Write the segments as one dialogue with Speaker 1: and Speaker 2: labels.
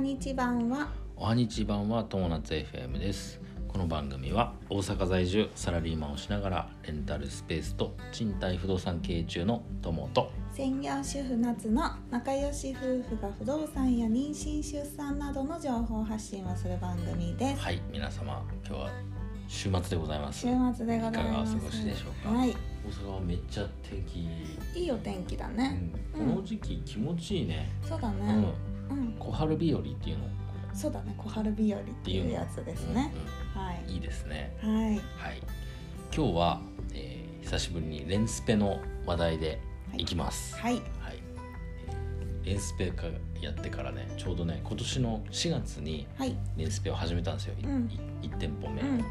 Speaker 1: にち版は
Speaker 2: おはにち版は友達 FM ですこの番組は大阪在住サラリーマンをしながらレンタルスペースと賃貸不動産経営中の友と
Speaker 1: 専業主婦夏の仲良し夫婦が不動産や妊娠出産などの情報発信をする番組です、
Speaker 2: はい皆様今日は週末でございます
Speaker 1: 週末でございます
Speaker 2: いかがお過ごしでしょうか
Speaker 1: はい、
Speaker 2: 大阪はめっちゃ天気いい、
Speaker 1: いいお天気だ
Speaker 2: う
Speaker 1: ね、
Speaker 2: ん、この時期気持ちいいね、
Speaker 1: そうだ
Speaker 2: う
Speaker 1: ね
Speaker 2: ん、
Speaker 1: うん、
Speaker 2: 小春日和っていうのっ
Speaker 1: そうだね小春日和っていうやつですね、、は
Speaker 2: うんうんいいですね
Speaker 1: いはい
Speaker 2: はい今日は、えー久しぶりにレンスペの話題でいきます、
Speaker 1: はい
Speaker 2: はい、レンスペかやってからねちょうどね今年の4月に
Speaker 1: はい
Speaker 2: レンスペを始めたんですよ、い
Speaker 1: うん
Speaker 2: い1店舗目を、
Speaker 1: うん
Speaker 2: で、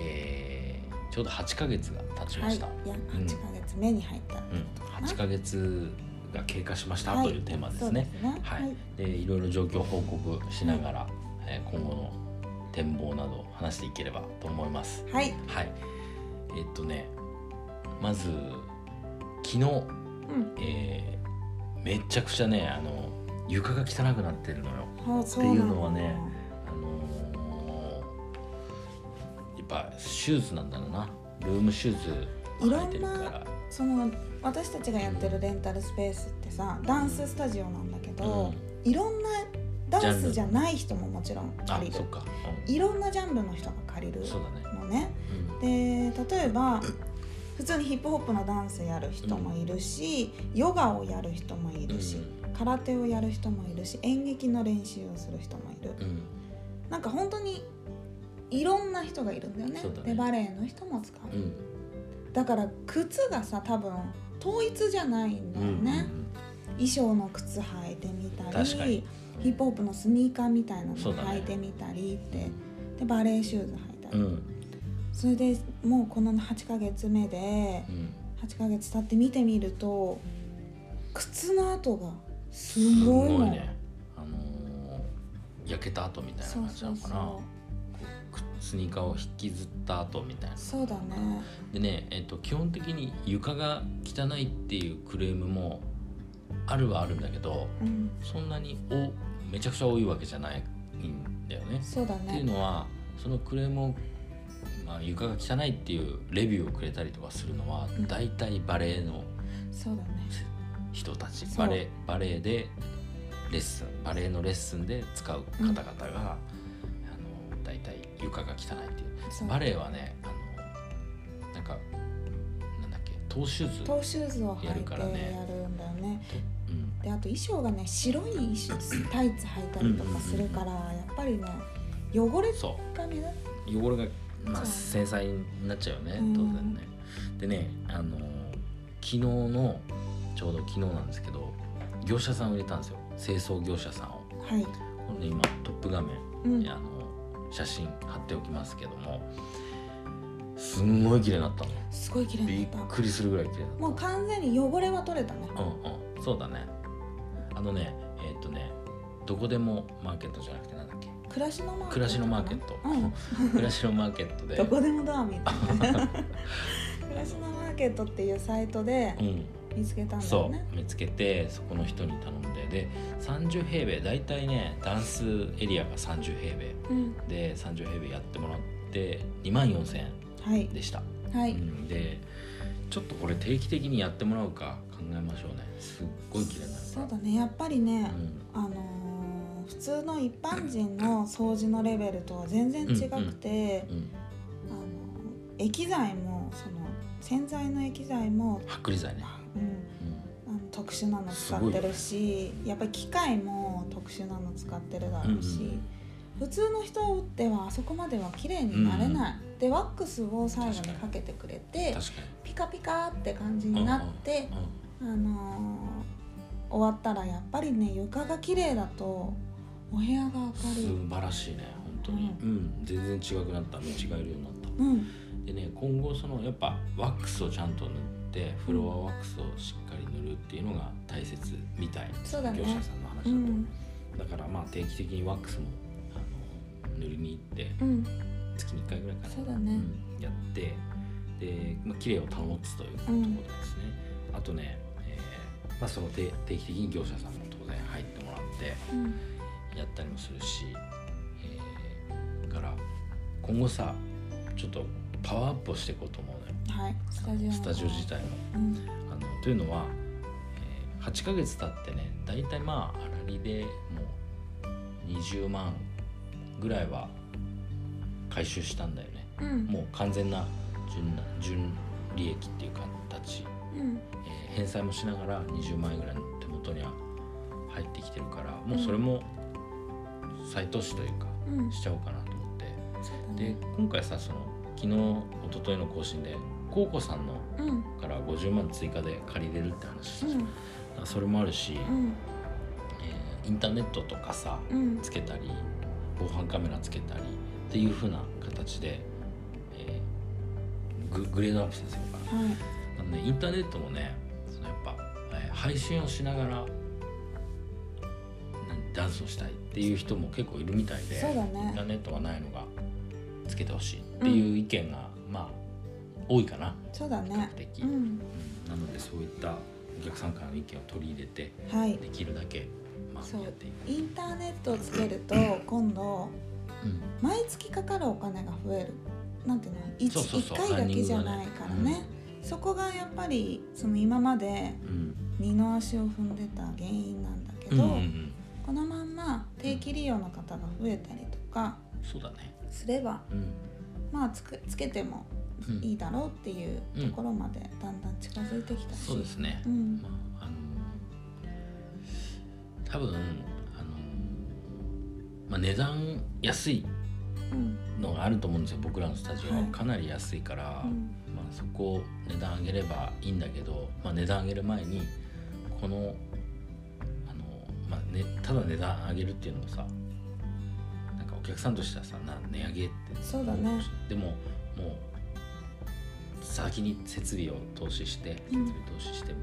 Speaker 2: えーちょうど8ヶ月が経ちま
Speaker 1: はい
Speaker 2: した、
Speaker 1: いや
Speaker 2: うん
Speaker 1: 8ヶ月目に入った
Speaker 2: うん、8ヶ月が経過しました
Speaker 1: はい
Speaker 2: というテーマですね、
Speaker 1: そうですね
Speaker 2: はい
Speaker 1: はい
Speaker 2: でいろいろ状況報告しながら、えー今後の展望などを話していければと思います
Speaker 1: はい
Speaker 2: はいえっとねまず昨日
Speaker 1: うん
Speaker 2: えーめちゃくちゃねあの床が汚くなってるのよ
Speaker 1: あそう
Speaker 2: っ
Speaker 1: なんだ
Speaker 2: ていうのはねあのーやっぱシューズなんだろうなルームシューズ履いてるか
Speaker 1: いろん
Speaker 2: ら
Speaker 1: その私たちがやってるレンタルスペースってさダンススタジオなんだけど、いろんなダンスじゃない人ももちろん
Speaker 2: あ
Speaker 1: 借り
Speaker 2: そ
Speaker 1: る
Speaker 2: っか、
Speaker 1: いろんなジャンルの人が借りる
Speaker 2: うん、そうだね、
Speaker 1: のね
Speaker 2: うん
Speaker 1: で例えば普通にヒップホップのダンスやる人もいるし、ヨガをやる人もいるし、空手をやる人もいるし演劇の練習をする人もいる
Speaker 2: うんうん
Speaker 1: なんか本当にいろんな人がいるんだよね
Speaker 2: そうだね
Speaker 1: でバレエの人も使う、
Speaker 2: うん
Speaker 1: だから靴がさ多分統一じゃないんだ
Speaker 2: うん
Speaker 1: よ
Speaker 2: うん
Speaker 1: ね、衣装の靴履いてみた
Speaker 2: 確かに
Speaker 1: りヒップホップのスニーカーみたいなの
Speaker 2: そうだね
Speaker 1: 履いてみたりって、でバレエシューズ履いた
Speaker 2: う
Speaker 1: り、
Speaker 2: ん
Speaker 1: それでもうこの8ヶ月目で
Speaker 2: うん
Speaker 1: 8ヶ月経って見てみると靴の跡がす
Speaker 2: す
Speaker 1: ごいも
Speaker 2: ごい
Speaker 1: ん、
Speaker 2: ねあのー焼けた後みたいな
Speaker 1: そう
Speaker 2: 感じ
Speaker 1: そ
Speaker 2: な
Speaker 1: う
Speaker 2: のかな
Speaker 1: そ
Speaker 2: くスニーカーを引きずった後みたいな
Speaker 1: うそうだね
Speaker 2: でね、えっと、基本的に床が汚いっていうクレームもあるはあるんだけど
Speaker 1: うん
Speaker 2: そんなにおめちゃくちゃ多いわけじゃないんだよね。
Speaker 1: そうだ
Speaker 2: っていう
Speaker 1: ね
Speaker 2: のはそのクレームを、まあ、床が汚いっていうレビューをくれたりとかするのは
Speaker 1: うん
Speaker 2: 大体バレエの
Speaker 1: そうだね
Speaker 2: 人たち、
Speaker 1: そう
Speaker 2: バレエバレエでレッスンバレエのレッスンで使う方々が、あの大体床が汚いっていう。
Speaker 1: そう
Speaker 2: バレエはねあのなんかなんだっけトーシューズ
Speaker 1: トーシューズを
Speaker 2: や
Speaker 1: 履
Speaker 2: る
Speaker 1: い
Speaker 2: からね
Speaker 1: てやるんだよね
Speaker 2: うん、
Speaker 1: であと衣装がね白い衣装タイツ履いたりとかするからやっぱりね汚れ
Speaker 2: そ
Speaker 1: が目立っ
Speaker 2: う汚れが、まあ、
Speaker 1: そう
Speaker 2: 繊細になっちゃうよね
Speaker 1: うん
Speaker 2: 当然ね。でねあの昨日のちょうど昨日なんですけど業者さんを入れたんですよ清掃業者さんを。
Speaker 1: はい、
Speaker 2: これね今トップ画面
Speaker 1: うん
Speaker 2: に、あの写真貼っておきますけどもすんごい綺麗になったの
Speaker 1: すごい綺麗
Speaker 2: び
Speaker 1: に
Speaker 2: っ
Speaker 1: なっ
Speaker 2: くりするぐらい綺麗だったた
Speaker 1: もう完全に汚れは取れたね
Speaker 2: うんうんそうだねあのねえーっとねどこでもマーケットじゃなくてなんだっけ
Speaker 1: 暮らしのマーケット
Speaker 2: 暮らしのマーケット、
Speaker 1: うん、
Speaker 2: 暮らしのマーケットで
Speaker 1: どこでもドアみたいな暮らしのマーケットっていうサイトで
Speaker 2: うん、
Speaker 1: 見つけたんだよ
Speaker 2: そ
Speaker 1: ね
Speaker 2: う見つけてそこの人に頼んでで30平米大体ねダンスエリアが30平米
Speaker 1: うん
Speaker 2: で30平米やってもらって2万4000円
Speaker 1: はい
Speaker 2: でした、
Speaker 1: は
Speaker 2: う
Speaker 1: い
Speaker 2: ん、でちょっとこれ定期的にやってもらうか考えましょうねすっごい綺麗になるか
Speaker 1: そ
Speaker 2: ら
Speaker 1: うだねやっぱりね
Speaker 2: う、ん
Speaker 1: あのー普通の一般人の掃除のレベルとは全然違くて、
Speaker 2: う
Speaker 1: あ
Speaker 2: ん、
Speaker 1: の液剤もその洗剤の液剤も、
Speaker 2: 剥離剤ね、
Speaker 1: うん、あの特殊なの使ってるし、やっぱり機械も特殊なの使ってるだろうし、普通の人ではあそこまでは綺麗になれない、でワックスを最後にかけてくれ
Speaker 2: うん、
Speaker 1: て
Speaker 2: 確か
Speaker 1: ピカピカって感じになって
Speaker 2: に、、うん
Speaker 1: あのー終わったらやっぱりね床が綺麗だとお部屋が明るい。
Speaker 2: 素晴らしいね本当に、
Speaker 1: う
Speaker 2: うん、全然違くなった見違えるようになった
Speaker 1: うん、
Speaker 2: でね今後そのやっぱワックスをちゃんと塗ってフロアワックスをしっかり塗るっていうのが大切みたい
Speaker 1: そうだね
Speaker 2: 業者さんの話だ
Speaker 1: う
Speaker 2: と、
Speaker 1: ん、
Speaker 2: だからまあ定期的にワックスもあの塗りに行って
Speaker 1: うん、
Speaker 2: 月に1回ぐらいかな
Speaker 1: そうだね。
Speaker 2: うんやってで、まあ綺麗を保つというところ
Speaker 1: うん
Speaker 2: ですね、あとね、えーまあ、その定定期的に業者さんも当然入ってもらって
Speaker 1: うん、
Speaker 2: ややったりもするし、えーだから今後さちょっとパワーアップをしていこうと思うのよ
Speaker 1: はいスタジオ
Speaker 2: スタジオ自体も。
Speaker 1: うん
Speaker 2: あのというのは、えー8ヶ月経ってね大体まあ粗利でもう20万ぐらいは回収したんだよね
Speaker 1: うん
Speaker 2: もう完全な純な純利益っていう形、
Speaker 1: うん
Speaker 2: えー返済もしながら20万円ぐらいの手元には入ってきてるからもうそれも再投資というか
Speaker 1: うん
Speaker 2: しちゃおうかなと思って
Speaker 1: そうだ
Speaker 2: で
Speaker 1: ね
Speaker 2: 今回さその昨日一昨日の更新でコウコさんの
Speaker 1: うんうん
Speaker 2: から50万追加で借りれるって話したじゃんあそれもあるし、
Speaker 1: うん
Speaker 2: えーインターネットとかさ
Speaker 1: うん
Speaker 2: つけたり防犯カメラつけたりっていう風な形で、えーググレードアップさせようか
Speaker 1: はい
Speaker 2: なあの、ね、インターネットもねそのやっぱ、えー配信をしながら何ダンスをしたいっていう人も結構いるみたいで、
Speaker 1: そうだ
Speaker 2: インタ
Speaker 1: ね
Speaker 2: ーネットがないのがつけてほしいっていう意見が、まあ多いかな
Speaker 1: そうだ
Speaker 2: 比較
Speaker 1: ね
Speaker 2: 的、
Speaker 1: うん
Speaker 2: なのでそういったお客さんからの意見を取り入れて
Speaker 1: はい
Speaker 2: できるだけ、ま
Speaker 1: そ
Speaker 2: あ、
Speaker 1: う
Speaker 2: やっていく。
Speaker 1: インターネットをつけると今度
Speaker 2: うん
Speaker 1: 毎月かかるお金が増えるなんていうの
Speaker 2: そうそうそ
Speaker 1: 1,
Speaker 2: う
Speaker 1: 回だけじゃないからね
Speaker 2: ランニングがね
Speaker 1: そこがやっぱりその今まで
Speaker 2: うん
Speaker 1: 二の足を踏んでた原因なんだけ
Speaker 2: う
Speaker 1: ど、
Speaker 2: んうんうん
Speaker 1: このまんま定期利用の方が増えたりとか
Speaker 2: そうだね。
Speaker 1: すれば
Speaker 2: うん
Speaker 1: まあつくつけても
Speaker 2: うん
Speaker 1: いいだろうっていうところまでだんだん近づいてきたし、
Speaker 2: そうですね
Speaker 1: う。ん
Speaker 2: まああの多分あのまあ値段安い
Speaker 1: うん
Speaker 2: のがあると思うんですよ。僕らのスタジオは
Speaker 1: はい
Speaker 2: かなり安いから、
Speaker 1: うん
Speaker 2: まあそこを値段上げればいいんだけど、まあ値段上げる前にこのあのまあねただ値段上げるっていうのもさ、なんかお客さんとしてはさ、な値上げって
Speaker 1: そうだね
Speaker 2: でももう先に設備を投資して設
Speaker 1: うん
Speaker 2: 備投資して、も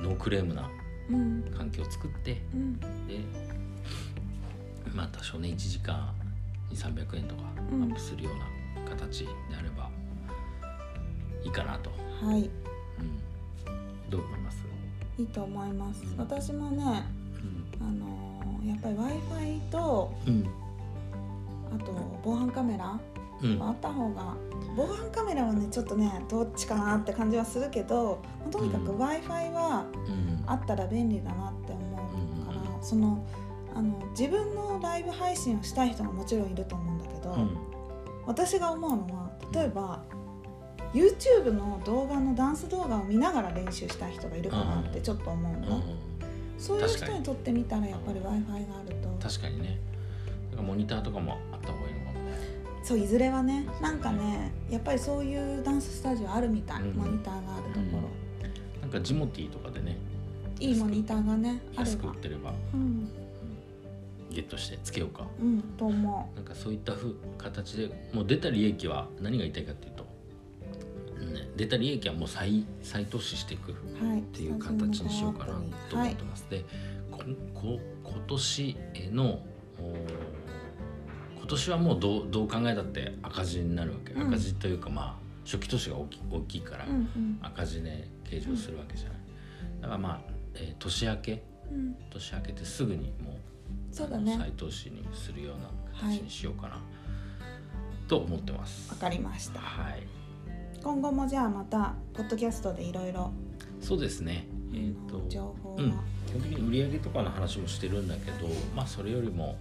Speaker 2: うノークレームな
Speaker 1: うん
Speaker 2: 環境を作ってで
Speaker 1: うん
Speaker 2: まあ多少ね1時間2300円とかア
Speaker 1: うん
Speaker 2: ップするような形であればいいかなと、
Speaker 1: はい
Speaker 2: うん、どう思います、
Speaker 1: いいと思います
Speaker 2: うん
Speaker 1: 私もね
Speaker 2: うん
Speaker 1: あのーやっぱり w i f i と
Speaker 2: うん
Speaker 1: あと防犯カメラ
Speaker 2: うん
Speaker 1: あった方が防犯カメラはねちょっとねどっちかなって感じはするけどとにかく
Speaker 2: うん
Speaker 1: w i f i は
Speaker 2: うん
Speaker 1: あったら便利だなって思うから、
Speaker 2: うん
Speaker 1: そのあの自分のライブ配信をしたい人ももちろんいると思うんだけど、
Speaker 2: うん
Speaker 1: 私が思うのは例えば YouTube の動画のダンス動画を見ながら練習したい人がいるかなってちょっと思う
Speaker 2: う
Speaker 1: の、
Speaker 2: ん
Speaker 1: そういう
Speaker 2: 確
Speaker 1: 人
Speaker 2: かに
Speaker 1: にとってみたらやっぱり w i f i があると
Speaker 2: 確かにねなんかモニターとかもあった方がいいのかもね
Speaker 1: そういずれはねなんかねやっぱりそういうダンススタジオあるみたい、
Speaker 2: うん
Speaker 1: モニターがあるところ、
Speaker 2: なんかジモティーとかでね
Speaker 1: いいモニターがねあれ
Speaker 2: 安く売
Speaker 1: ば
Speaker 2: ってれば
Speaker 1: うん
Speaker 2: ゲットしてつけようか
Speaker 1: うんと思
Speaker 2: なんかそういったふ形でもう出た利益は何が言いたいかっていうと、ね、出た利益はもう再再投資していくっ
Speaker 1: うはいって
Speaker 2: いう形にしようかなと
Speaker 1: は
Speaker 2: 思っ
Speaker 1: い
Speaker 2: てます、でここ今年のおー今年はもうどうどう考えたって赤字になるわけ、
Speaker 1: うん
Speaker 2: 赤字というかまあ初期投資が大き大きいから
Speaker 1: うんうん
Speaker 2: 赤字で計上するわけじゃない、だからまあ、えー年明け
Speaker 1: うん
Speaker 2: 年明けてすぐにもう
Speaker 1: そうだ
Speaker 2: 再
Speaker 1: ね
Speaker 2: 投資にするような形にしようかな、と思ってます。
Speaker 1: わかりました
Speaker 2: はい、
Speaker 1: 今後もじゃあまたポッドキャストでいろいろ
Speaker 2: そうですね。えっ、
Speaker 1: あ
Speaker 2: と
Speaker 1: の、情報が
Speaker 2: うん、基本的に売上とかの話もしてるんだけど、まあそれよりも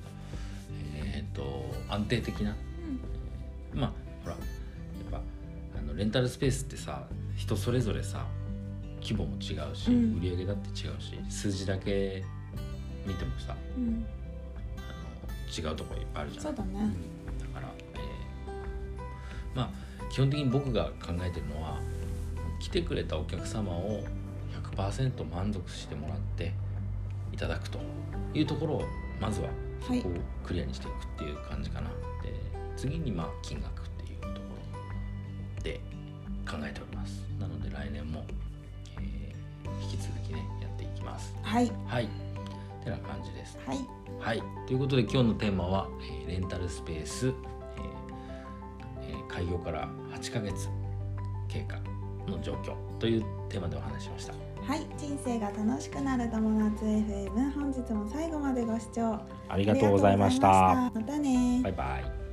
Speaker 2: えっ、と安定的な、まあほらやっぱあのレンタルスペースってさ、人それぞれさ、規模も違う
Speaker 1: う
Speaker 2: し、
Speaker 1: ん
Speaker 2: 売上だって違うし、数字だけ見てもさ、
Speaker 1: うんうん
Speaker 2: あの違うとこいっぱいあるじゃん
Speaker 1: そう。だね
Speaker 2: うんだから、えーまあ基本的に僕が考えてるのは来てくれたお客様を100%満足してもらっていただくというところをまずは
Speaker 1: はい
Speaker 2: こうクリアにしていくっていう感じかな。で次にまあ金額っていうところで考えております。なので来年も、えー引き続きねやっていきます。
Speaker 1: はい
Speaker 2: はい。てな感じです。
Speaker 1: はい
Speaker 2: はい、ということで今日のテーマは、えーレンタルスペース、えーえー開業から8ヶ月経過の状況というテーマでお話ししました
Speaker 1: はい人生が楽しくなる友達 FM 本日も最後までご視聴
Speaker 2: ありがとうございました
Speaker 1: ありがとうございましたまたね
Speaker 2: バイバイ